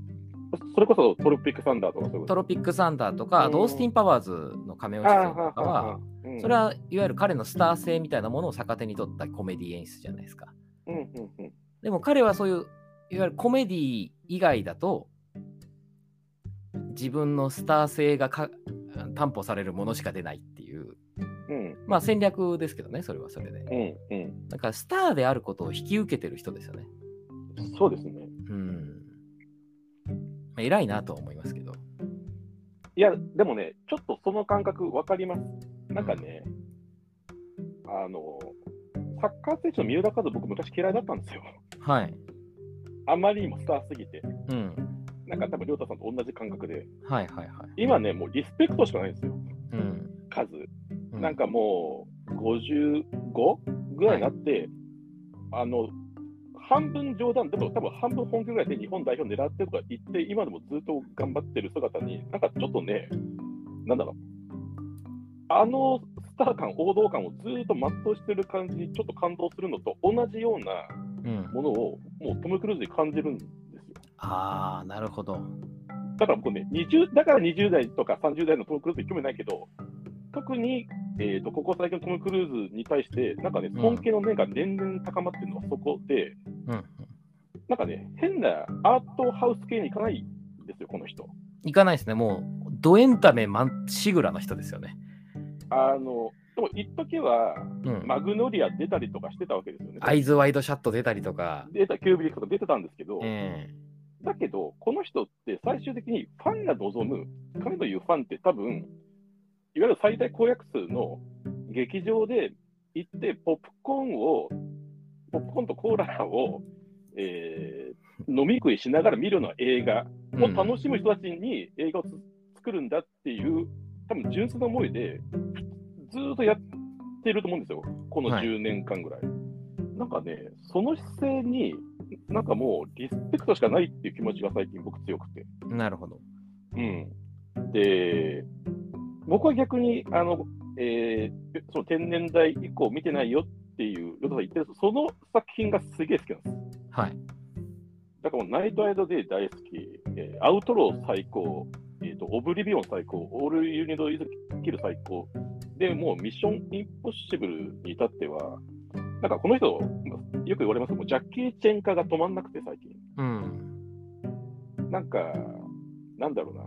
[SPEAKER 2] それこそトロピックサンダーとかそういうこ
[SPEAKER 1] ト
[SPEAKER 2] と
[SPEAKER 1] ロピック・サンダーとか、あと
[SPEAKER 2] うん
[SPEAKER 1] オースティン・パワーズの仮面を
[SPEAKER 2] あ
[SPEAKER 1] し
[SPEAKER 2] ー
[SPEAKER 1] て
[SPEAKER 2] は
[SPEAKER 1] ると
[SPEAKER 2] あは
[SPEAKER 1] か
[SPEAKER 2] あはあ
[SPEAKER 1] は、
[SPEAKER 2] うん
[SPEAKER 1] それはいわゆる彼のスター性みたいなものを逆手に取ったコメディ演出じゃないですか。
[SPEAKER 2] うんうんうん
[SPEAKER 1] でも彼はそういう、いわゆるコメディ以外だと、自分のスター性がか担保されるものしか出ないっていう、
[SPEAKER 2] うん
[SPEAKER 1] まあ戦略ですけどね、それはそれで。
[SPEAKER 2] うんうん
[SPEAKER 1] だからスターであることを引き受けてる人ですよね。
[SPEAKER 2] そうですね。
[SPEAKER 1] うん。まあ偉いなとは思いますけど。
[SPEAKER 2] いや、でもね、ちょっとその感覚わかります。なんかね、あの、サッカー選手の三浦和僕昔嫌いだったんですよ。
[SPEAKER 1] はい。
[SPEAKER 2] あまりにもスターすぎて。
[SPEAKER 1] うん。
[SPEAKER 2] なんか多分、亮太さんと同じ感覚で。
[SPEAKER 1] はいはいはい。
[SPEAKER 2] 今ね、もうリスペクトしかないんですよ。
[SPEAKER 1] うん。
[SPEAKER 2] 数。
[SPEAKER 1] う
[SPEAKER 2] なん、かもう、55ぐらいになって、あの、半分冗談、でも多分半分本気ぐらいで日本代表狙ってとか言って、今でもずっと頑張ってる姿に、なんかちょっとね、なんだろう、あのスター感、王道感をずっと全うしてる感じにちょっと感動するのと同じような
[SPEAKER 1] うん、
[SPEAKER 2] ものを、もうトム・クルーズに感じるんですよ。
[SPEAKER 1] ああ、なるほど。
[SPEAKER 2] だから僕ね、20だから20代とか30代のトム・クルーズに興味ないけど、特に、えー、とここ最近のトム・クルーズに対して、なんかね、
[SPEAKER 1] うん
[SPEAKER 2] 尊敬の念が年々高まってるのはそこで、
[SPEAKER 1] うん。
[SPEAKER 2] なんかね、変なアートハウス系に行かないんですよ、この人。
[SPEAKER 1] いかないですね。もう、ドエンタメまんしぐらの人ですよね。
[SPEAKER 2] あのでも、一時は
[SPEAKER 1] うん。
[SPEAKER 2] マグノリア出たりとかしてたわけですよね。
[SPEAKER 1] アイズワイドシャット出たりとか。
[SPEAKER 2] 出たキューブリックとか出てたんですけど、
[SPEAKER 1] え
[SPEAKER 2] だけど、この人って最終的にファンが望む、彼の言うファンって多分、いわゆる最大公約数の劇場で行って、ポップコーンを、ポップコーンとコーラを、えー飲み食いしながら見るのは映画
[SPEAKER 1] え
[SPEAKER 2] を楽
[SPEAKER 1] し
[SPEAKER 2] しむ人たちに映画をつ作るんだっていう、多分純粋な思いで、ずーっとやってると思うんですよ、この
[SPEAKER 1] はい
[SPEAKER 2] 10年間ぐらい。なんかね、その姿勢に、なんかもうリスペクトしかないっていう気持ちが最近、僕、強くて。
[SPEAKER 1] なるほど。
[SPEAKER 2] うん、で、僕は逆にあの、えーその天然代以降見てないよっていう、ヨタさん言ってるその作品がすげえ好きなんです。
[SPEAKER 1] はい。
[SPEAKER 2] だからもうナイトアイドデイ大好き、えーアウトロー最高、えーと、オブリビオン最高、オールユニドイズキル最高、でもうミッションインポッシブルに至っては、なんかこの人、まあよく言われますけど、もうジャッキー・チェン化が止まんなくて、最近。
[SPEAKER 1] うん。
[SPEAKER 2] なんか、なんだろうな、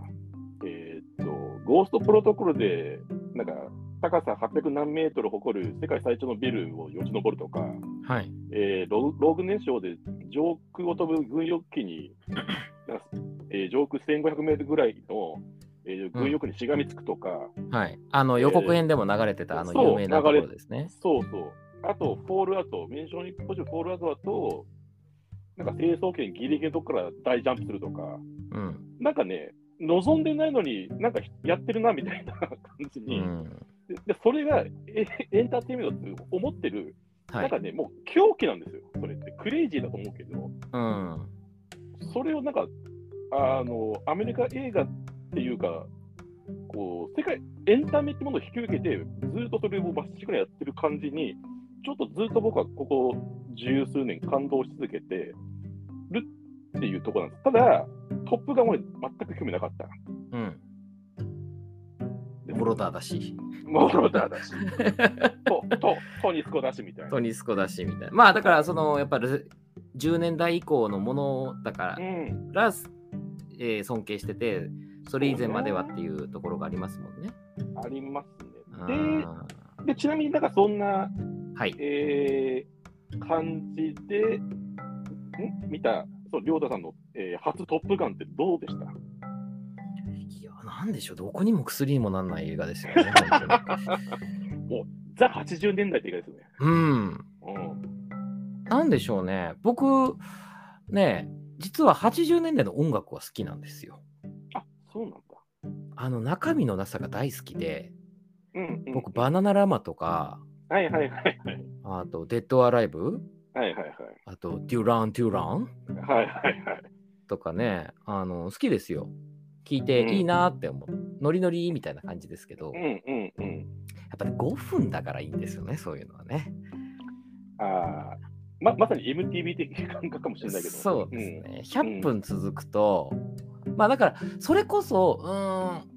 [SPEAKER 2] えっ、と、ゴーストプロトコルで、なんか、高さ800何メートル誇る世界最長のビルをよじ登るとか、
[SPEAKER 1] はい。
[SPEAKER 2] えー、ロローグネーションで上空を飛ぶ軍用機に、なんかえー上空1500メートルぐらいの、えー軍用機にしがみつくとか、
[SPEAKER 1] はい。あの、予告編でも流れてた、あの、
[SPEAKER 2] そう
[SPEAKER 1] 有名なところですね。
[SPEAKER 2] そうそう、あとフォールアウト、ミッションにポジフォールアウトだと、なんか成層圏ギリギリのとこから大ジャンプするとか、
[SPEAKER 1] うん。
[SPEAKER 2] なんかね、望んでないのに、なんかやってるなみたいな 感じ
[SPEAKER 1] う
[SPEAKER 2] に、
[SPEAKER 1] ん。
[SPEAKER 2] ででそれがえエンターテインメントって思ってる、
[SPEAKER 1] は
[SPEAKER 2] なん
[SPEAKER 1] い
[SPEAKER 2] か。ね、もう狂気なんですよ、それって、クレイジーだと思うけど。
[SPEAKER 1] うん。
[SPEAKER 2] それをなんか、あの、アメリカ映画っていうか、こう、世界、エンタメってものを引き受けて、ずっとそれをまっしぐらやってる感じに、ちょっとずっと僕はここ十数年感動し続けてるっていうところなんです。ただ、トップガンは全く興味なかった。
[SPEAKER 1] うん。
[SPEAKER 2] で
[SPEAKER 1] ボロダーだし。
[SPEAKER 2] もうロダーだし。 と、と、トニスコだしみたいな
[SPEAKER 1] ト。ニスコだし、みたいな。まあ、だから、その、やっぱり、10年代以降のものだから
[SPEAKER 2] う、ん。
[SPEAKER 1] ラス、えー尊敬してて、それ以前まではっていうところがありますもんね。
[SPEAKER 2] あります
[SPEAKER 1] う
[SPEAKER 2] ね。
[SPEAKER 1] ん
[SPEAKER 2] で、でちなみになんかそんな
[SPEAKER 1] はい。
[SPEAKER 2] えー感じで、ん見た、そう、りょうたさんの、えー初トップガンってどうでした
[SPEAKER 1] いや、なんでしょう、どこにも薬にもなんない映画ですよね。本当に
[SPEAKER 2] ザ80年代って映画ですよね。
[SPEAKER 1] うん。
[SPEAKER 2] うん、
[SPEAKER 1] なんでしょうね。僕、ね、実は80年代の音楽は好きなんですよ。
[SPEAKER 2] あそうなんだ。
[SPEAKER 1] あの中身のなさが大好きで、
[SPEAKER 2] うんうん、
[SPEAKER 1] 僕、バナナラマとか、
[SPEAKER 2] はいはいはいはい。
[SPEAKER 1] あと、デッドアライブ、
[SPEAKER 2] はいはいはい。
[SPEAKER 1] あと、デュラン・デュラン
[SPEAKER 2] はいはいはい。
[SPEAKER 1] とかね、あの、好きですよ。聞いていいなーって思う。ノリノリみたいな感じですけど、
[SPEAKER 2] う
[SPEAKER 1] やっ
[SPEAKER 2] んうんうん。
[SPEAKER 1] ぱり5分だからいいんですよね、そういうのはね。
[SPEAKER 2] ああ、ままさに MTV 的感覚かもしれないけど。
[SPEAKER 1] そうですね、100分続くと、まあだからそれこそうーん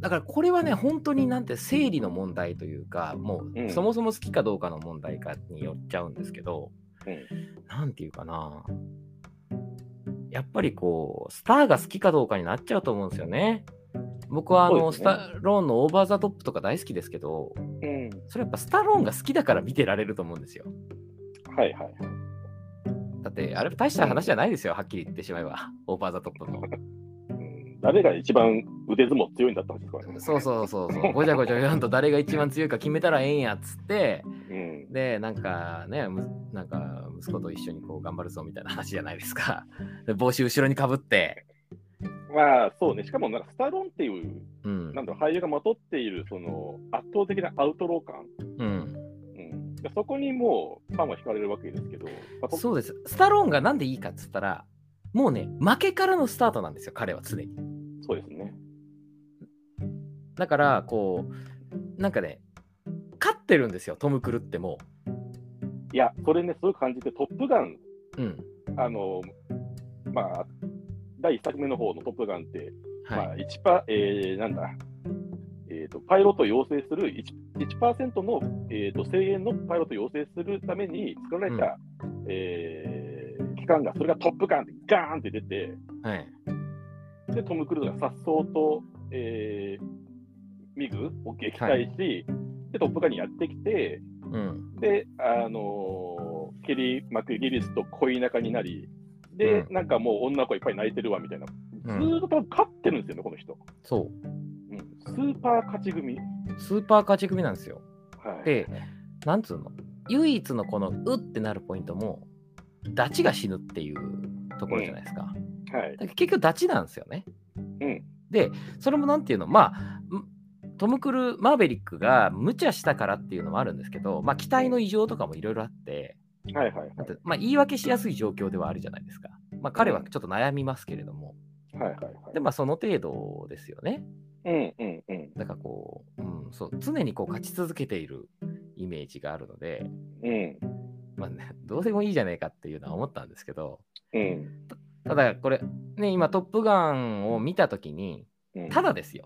[SPEAKER 1] だからこれはね本当になんて生理の問題というかも
[SPEAKER 2] う
[SPEAKER 1] うんそもそも好きかどうかの問題かによっちゃうんですけど、
[SPEAKER 2] う
[SPEAKER 1] なんていうかなやっぱりこうスターが好きかどうかになっちゃうと思うんですよね。僕はあの、
[SPEAKER 2] そうで
[SPEAKER 1] ス
[SPEAKER 2] すね
[SPEAKER 1] タローンのオーバー・ザ・トップとか大好きですけど
[SPEAKER 2] うん。うん。
[SPEAKER 1] それやっぱスタローンが好きだから見てられると思うんですよ。
[SPEAKER 2] はいはい。
[SPEAKER 1] だってあれ大した話じゃないですよ、はっきり言ってしまえ ばオーバー・ザ・トップの。
[SPEAKER 2] うん誰が一番腕相撲強いんだったんですかね。
[SPEAKER 1] そうそうそうそう、ごちゃごちゃ言わんと誰が一番強いか決めたらええんやっつって、
[SPEAKER 2] うん。
[SPEAKER 1] で、なんかね、むなんか息子と一緒にこう頑張るぞみたいな話じゃないですか。で帽子後ろにかぶって、
[SPEAKER 2] まあそうね、しかもなんかスタローンっていう、
[SPEAKER 1] うん
[SPEAKER 2] な、んだろう俳優がまとっているその圧倒的なアウトロー感、
[SPEAKER 1] うん、
[SPEAKER 2] うん、でそこにもうファンは惹かれるわけですけど、まあと
[SPEAKER 1] そうです。スタローンがなんでいいかっつったら、もうね、負けからのスタートなんですよ、彼は常に。
[SPEAKER 2] そうですね。
[SPEAKER 1] だから、こう、なんかね、勝ってるんですよ、トム・クルっても
[SPEAKER 2] いや、それね、すごく感じて、トップガン、
[SPEAKER 1] う。うん。
[SPEAKER 2] あの、まあ、第1作目の方のトップガンって、
[SPEAKER 1] はい。
[SPEAKER 2] まあ、1パ、えー、なんだ、えーと、パイロットを養成する 1%, 1%の、えー、と制限のパイロットを養成するために作られた、えー機関が、それがトップガンってガーンって出て、
[SPEAKER 1] はい。
[SPEAKER 2] で、トム・クルーズが颯爽と、えーミグを撃退し、で、トップガンにやってきて、
[SPEAKER 1] うん。
[SPEAKER 2] で、あのーケリー・マクギリスと恋仲になり、で、
[SPEAKER 1] う
[SPEAKER 2] なんかもう女の子いっぱい泣いてるわみたいな、
[SPEAKER 1] う
[SPEAKER 2] ずー
[SPEAKER 1] ん、
[SPEAKER 2] っと多分勝ってるんですよね、この人。
[SPEAKER 1] そ
[SPEAKER 2] うんスーパー勝ち組。
[SPEAKER 1] う。スーパー勝ち組なんですよ。
[SPEAKER 2] はい、
[SPEAKER 1] でなんつうの唯一のこのうってなるポイントもダチが死ぬっていうところじゃないですか,、
[SPEAKER 2] はい、
[SPEAKER 1] 結局ダチなんですよね
[SPEAKER 2] うん、
[SPEAKER 1] でそれもなんていうのまあんトム・クルーマーベリックが無茶したからっていうのもあるんですけど、まあ、機体の異常とかもいろいろあって
[SPEAKER 2] はいはい
[SPEAKER 1] だってまあ、言い訳しやすい状況ではあるじゃないですか、まあ、彼はちょっと悩みますけれども
[SPEAKER 2] はいはいはい。
[SPEAKER 1] でまあその程度ですよね
[SPEAKER 2] うんうんうん
[SPEAKER 1] だからこう,、うん、そう常にこう勝ち続けているイメージがあるので、
[SPEAKER 2] うん
[SPEAKER 1] まあね、どうでもいいじゃねえかっていうのは思ったんですけど
[SPEAKER 2] うん
[SPEAKER 1] ただこれね今「トップガン」を見た時に
[SPEAKER 2] うん。
[SPEAKER 1] ただですよ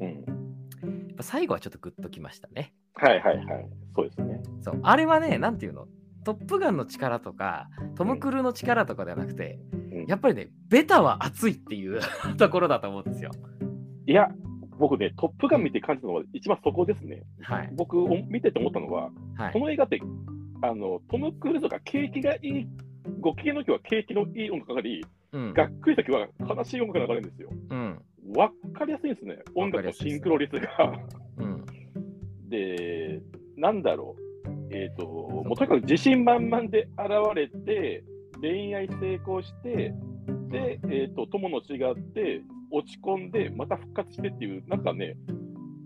[SPEAKER 2] うん、
[SPEAKER 1] やっぱ最後はちょっとグッときましたね
[SPEAKER 2] はいはいはい。そうですね。
[SPEAKER 1] そうあれはね何ていうの「トップガン」の力とかトム・クルーの力とかではなくて
[SPEAKER 2] うん
[SPEAKER 1] やっぱりねベタは熱いっていう ところだと思うんですよ
[SPEAKER 2] いや、僕ね、トップガン見て感じたのは、一番そこですね。
[SPEAKER 1] はい
[SPEAKER 2] 僕を見てて思ったのは、
[SPEAKER 1] は
[SPEAKER 2] こ
[SPEAKER 1] い
[SPEAKER 2] の映画って、あのトム・クルーズが景気がいい、ご機嫌の時は景気のいい音楽がかかり、
[SPEAKER 1] うん
[SPEAKER 2] がっくり時は悲しい音楽が流れるんですよ。
[SPEAKER 1] うん
[SPEAKER 2] わっかりやすいんですね、音楽のシンクロ 率が。
[SPEAKER 1] うん
[SPEAKER 2] で、なんだろう、えっ、と、もうとにかく自信満々で現れて、恋愛成功して、で、えっ、と、友の血があって、落ち込んで、また復活してっていう、なんかね、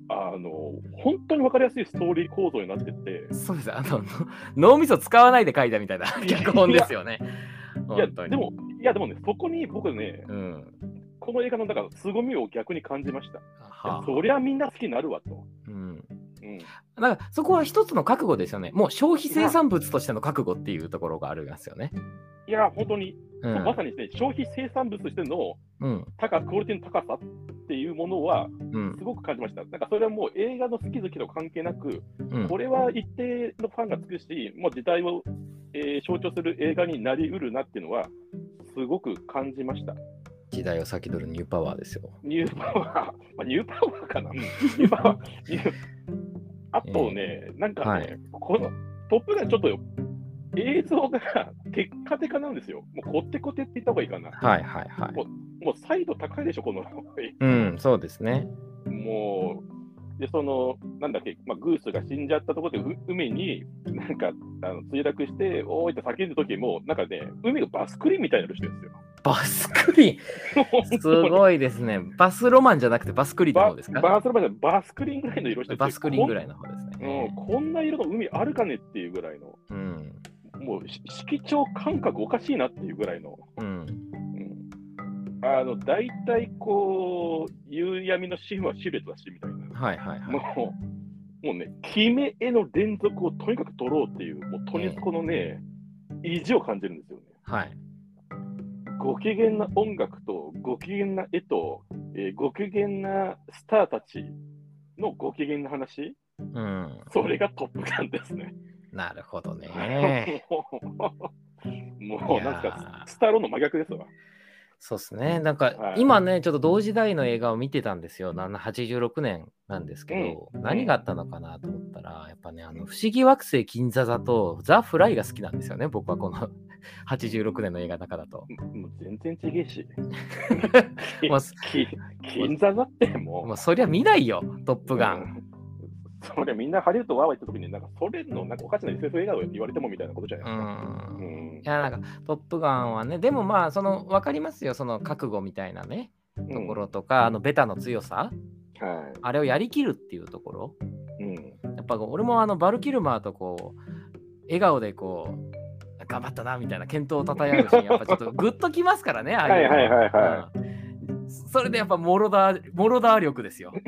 [SPEAKER 2] あの、本当に分かりやすいストーリー構造になってて、
[SPEAKER 1] そうですあのの 脳みそ使わないで書いたみたいな
[SPEAKER 2] や
[SPEAKER 1] 脚本ですよね
[SPEAKER 2] いや、
[SPEAKER 1] 本当
[SPEAKER 2] で
[SPEAKER 1] に
[SPEAKER 2] も、いや、でもね、そこに僕ね、
[SPEAKER 1] うん
[SPEAKER 2] この映画の、だから、凄みを逆に感じました。いや
[SPEAKER 1] はあ
[SPEAKER 2] そりゃみんな好きになるわと。
[SPEAKER 1] うん
[SPEAKER 2] うん、
[SPEAKER 1] だからそこは一つの覚悟ですよね。もう消費生産物としての覚悟っていうところがあるんですよね。
[SPEAKER 2] いや、本当に、
[SPEAKER 1] う
[SPEAKER 2] ま
[SPEAKER 1] ん。
[SPEAKER 2] さにですね、消費生産物としての、
[SPEAKER 1] うん。
[SPEAKER 2] 高クオリティの高さっていうものは
[SPEAKER 1] うん
[SPEAKER 2] す。ごく感じました。なんかそれはもう映画の好き好きと関係なく、
[SPEAKER 1] うん
[SPEAKER 2] これは一定のファンがつくし、もう時代を、えー象徴する映画になりうるなっていうのは、すごく感じました。
[SPEAKER 1] 時代を先取るニューパワーですよ。
[SPEAKER 2] ニューパワー、まあ、ニューパワーかな、うんニューパワー。ニューあとね、なんかね、
[SPEAKER 1] はい
[SPEAKER 2] このトップガンちょっと映像がテッカテカなんですよ。もうコテコテって言った方がいいかな。
[SPEAKER 1] はいはいはい。
[SPEAKER 2] もうサイド高いでしょ、この
[SPEAKER 1] うん、そうですね。
[SPEAKER 2] もう、で、その、なんだっけ、まあ、グースが死んじゃったところで、う海に、なんか、あの墜落して、おーいって叫んだ時も、なんかね、海がバスクリーンみたいになる人ですよ。
[SPEAKER 1] バスクリ ーンすごいですね。バスロマンじゃなくてバスクリーンの
[SPEAKER 2] バ
[SPEAKER 1] 方ですか
[SPEAKER 2] バースババスクリーンぐらいの色してて
[SPEAKER 1] バスクリーンぐら
[SPEAKER 2] い、
[SPEAKER 1] いの方です
[SPEAKER 2] こんう
[SPEAKER 1] ね
[SPEAKER 2] ん。。こんな色の海あるかねっていうぐらいの、
[SPEAKER 1] うん。
[SPEAKER 2] もうし色調感覚おかしいなっていうぐらいの、
[SPEAKER 1] うん。
[SPEAKER 2] うん、あの大体こう、夕闇のシーンはシルエットだしみたいな、
[SPEAKER 1] はいはいはい。
[SPEAKER 2] もうもうね、決め絵の連続をとにかく撮ろうっていう、もうとにかくこのね、意地を感じるんですよね。
[SPEAKER 1] はい。
[SPEAKER 2] ご機嫌な音楽とご機嫌な絵と、えーご機嫌なスターたちのご機嫌な話、
[SPEAKER 1] うん。
[SPEAKER 2] それがトップガンですね。
[SPEAKER 1] なるほど ね。
[SPEAKER 2] もうなんかスタローの真逆ですわ。
[SPEAKER 1] そうですね。なんか、
[SPEAKER 2] はい
[SPEAKER 1] 今ね、ちょっと同時代の映画を見てたんですよ。な86年なんですけど、何があったのかなと思ったら、やっぱね、あの、不思議惑星金座座とザ・フライが好きなんですよね。僕はこの 86年の映画の中だと。
[SPEAKER 2] もう全然ちげえし。
[SPEAKER 1] もうす
[SPEAKER 2] き金座だってもう。
[SPEAKER 1] もうそりゃ見ないよ、トップガン。
[SPEAKER 2] ン。それみんなハリウッドワーワー行った時になんかソ連のなんかおかしな SF 映画を言われてもみたいなことじゃ
[SPEAKER 1] う
[SPEAKER 2] ないですか。
[SPEAKER 1] ん。
[SPEAKER 2] ん
[SPEAKER 1] いや、なんか、トップガンはね、でもまあ、その、わかりますよ、その覚悟みたいなね、ところとか、あの、ベタの強さ、
[SPEAKER 2] うんは
[SPEAKER 1] あれをやりきるっていうところ。
[SPEAKER 2] い。うん。
[SPEAKER 1] やっぱ俺もあのバルキルマーとこう笑顔でこう頑張ったなみたいな健闘をたたえ合うシーン やっぱちょっとグッときますからねああ
[SPEAKER 2] はい
[SPEAKER 1] いうの
[SPEAKER 2] はいはいは
[SPEAKER 1] うんそれでやっぱモロダーモロダー力ですよ、
[SPEAKER 2] い。う。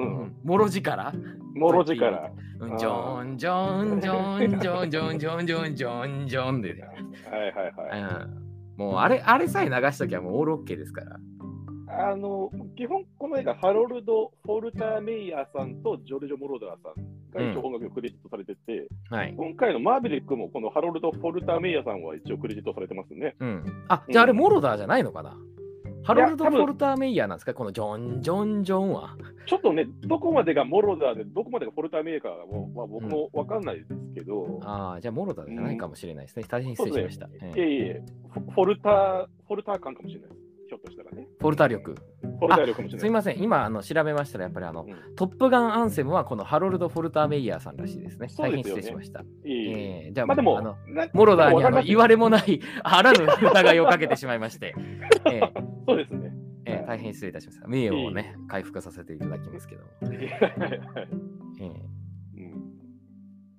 [SPEAKER 1] うんん、モロ力、
[SPEAKER 2] もろじから。
[SPEAKER 1] うん、ジョンジョンジョンジョンジョンジョンジョンジョンジョンで、
[SPEAKER 2] はいはいはい。
[SPEAKER 1] うん、もうあれあれさえ流しときゃもうオールオッケーですから
[SPEAKER 2] あの基本、この映画、ハロルド・フォルター・メイヤーさんとジョルジョ・モローダーさんが一応音楽をクレジットされてて、
[SPEAKER 1] はい、
[SPEAKER 2] 今回のマーベリックもこのハロルド・フォルター・メイヤーさんは一応クレジットされてますね。
[SPEAKER 1] うん、あじゃああれモロダーじゃないのかなハロルド・
[SPEAKER 2] 多
[SPEAKER 1] フ
[SPEAKER 2] 分
[SPEAKER 1] ォルター・メイヤーなんですかこのジョンジョンジョンは
[SPEAKER 2] ちょっとね、どこまでがモローダーで、どこまでがフォルター・メイヤーかは、まあ、僕も分かんないですけど、
[SPEAKER 1] ああ、じゃあ、モロタじゃないかもしれないですね。大変失礼しました。え
[SPEAKER 2] い
[SPEAKER 1] え
[SPEAKER 2] えいえ、フォフォルター、フォルター感かもしれないです。ひょっとしたらね。
[SPEAKER 1] フォルタ力。
[SPEAKER 2] フォルター力かもしれ
[SPEAKER 1] す
[SPEAKER 2] ないい。
[SPEAKER 1] ません、今あの調べましたら、やっぱりあの、
[SPEAKER 2] うん
[SPEAKER 1] トップガンアンセムはこのハロルド・フォルター・メイヤーさんらしいですね。
[SPEAKER 2] そ
[SPEAKER 1] 大
[SPEAKER 2] う
[SPEAKER 1] 変
[SPEAKER 2] です
[SPEAKER 1] 失
[SPEAKER 2] よね
[SPEAKER 1] 礼しました。
[SPEAKER 2] いえいえ
[SPEAKER 1] ええじゃあ、
[SPEAKER 2] まあでも
[SPEAKER 1] の、
[SPEAKER 2] な
[SPEAKER 1] モロダーにあ
[SPEAKER 2] でもわかりま
[SPEAKER 1] の
[SPEAKER 2] す
[SPEAKER 1] 言われもない、あらぬ疑いをかけてしまいまして、ええ
[SPEAKER 2] そうですね。
[SPEAKER 1] ええ大変失礼いたしました。名誉をね、回復させていただきますけども。ええ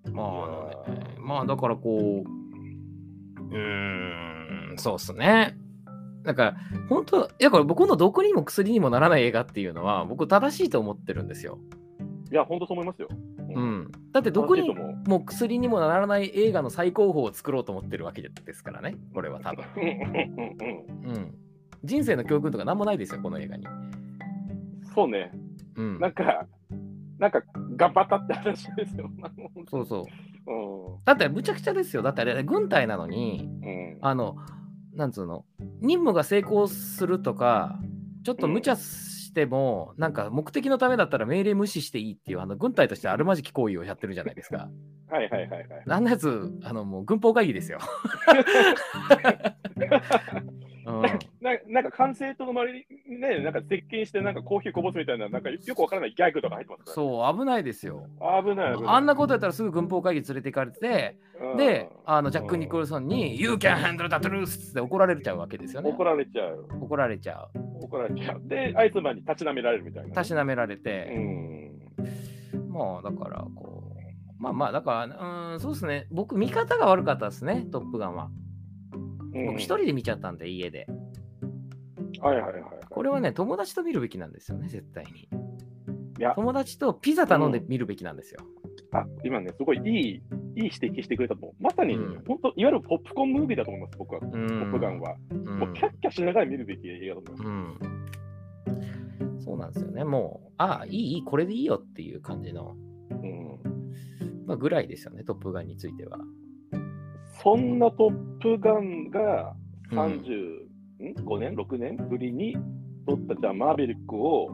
[SPEAKER 2] うん
[SPEAKER 1] まあ、あの
[SPEAKER 2] いや
[SPEAKER 1] ね、まあ、だからこう、うーん、そうっすね。だから、本当だから僕の毒にも薬にもならない映画っていうのは、僕正しいと思ってるんですよ。
[SPEAKER 2] いや、本当そう思いますよ。う
[SPEAKER 1] う。ん。だって、毒
[SPEAKER 2] 楽しい
[SPEAKER 1] に
[SPEAKER 2] と思う
[SPEAKER 1] も薬にもならない映画の最高峰を作ろうと思ってるわけですからね、これは多分。
[SPEAKER 2] うんうんうんうん
[SPEAKER 1] うん。人生の教訓とか何もないですよ、この映画に。
[SPEAKER 2] そうね、
[SPEAKER 1] うん
[SPEAKER 2] な。んか、なんか、頑張ったって話ですよ。
[SPEAKER 1] そうそう。
[SPEAKER 2] う
[SPEAKER 1] だって、むちゃくちゃですよ。だって、あれ、軍隊なのに、
[SPEAKER 2] ん。うん。
[SPEAKER 1] あの、なんつうの、任務が成功するとか、ちょっと無茶しても、なんか目的のためだったら命令無視していいっていう、あの軍隊としてあるまじき行為をやってるじゃないですか。
[SPEAKER 2] はいはいはいはい。
[SPEAKER 1] あんなやつ、あのもう軍法会議ですよ。うん
[SPEAKER 2] ななんか、管制塔の周りにね、なんか接近して、なんかコーヒーこぼすみたいな、なんかよくわからないギャグとか入ってますか
[SPEAKER 1] そう、危ないですよ。
[SPEAKER 2] ら。危ない危ない。
[SPEAKER 1] あんなことやったらすぐ軍法会議連れて行かれて、
[SPEAKER 2] うん
[SPEAKER 1] で、あのジャック・ニコルソンに、You can handle the truth! って怒られちゃうわけですよね
[SPEAKER 2] 怒。られちゃう。
[SPEAKER 1] 怒られちゃう。
[SPEAKER 2] 怒られちゃう。で、アイスマンに立ちなめられるみたいな。
[SPEAKER 1] たしなめられて。
[SPEAKER 2] うん。
[SPEAKER 1] まあだからこうまあまあだからうーんそうですね僕見方が悪かったですね「トップガンは」
[SPEAKER 2] うん
[SPEAKER 1] 僕一人で見ちゃったんで家で
[SPEAKER 2] はいはいはい。
[SPEAKER 1] これはね友達と見るべきなんですよね絶対に
[SPEAKER 2] いや
[SPEAKER 1] 友達とピザ頼んで見るべきなんですよ、
[SPEAKER 2] あ今ね、すごいいい、いい指摘してくれたと思う。まさにね、
[SPEAKER 1] うん
[SPEAKER 2] 本当、いわゆるポップコーンムービーだと思います、僕は。
[SPEAKER 1] うん、
[SPEAKER 2] ポップガンは。
[SPEAKER 1] うん
[SPEAKER 2] もうキャッキャしながら見るべき映画だと思います。
[SPEAKER 1] うんそうなんですよねもうああいいいいこれでいいよっていう感じの、
[SPEAKER 2] うん
[SPEAKER 1] まあ、ぐらいですよね「トップガン」については
[SPEAKER 2] そんなトップガンが
[SPEAKER 1] うん
[SPEAKER 2] 35年、6年ぶりに撮ったじゃあマーベリックを、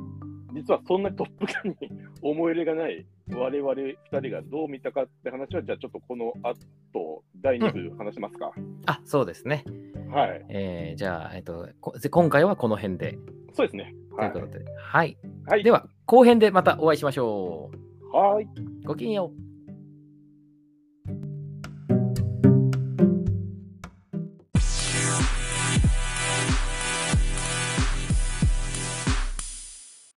[SPEAKER 2] 実はそんなトップガンに思い入れがない我々2人がどう見たかって話は、じゃあちょっとこの後、第2部話しますか。
[SPEAKER 1] あそうですね
[SPEAKER 2] はい。
[SPEAKER 1] えー、じゃあ、えっと、こ今回はこの辺で
[SPEAKER 2] そうですね。
[SPEAKER 1] と
[SPEAKER 2] はいいう
[SPEAKER 1] こ。とで、はい、
[SPEAKER 2] はい
[SPEAKER 1] では後編でまたお会いしましょう。
[SPEAKER 2] はい。
[SPEAKER 1] ごきげんよう。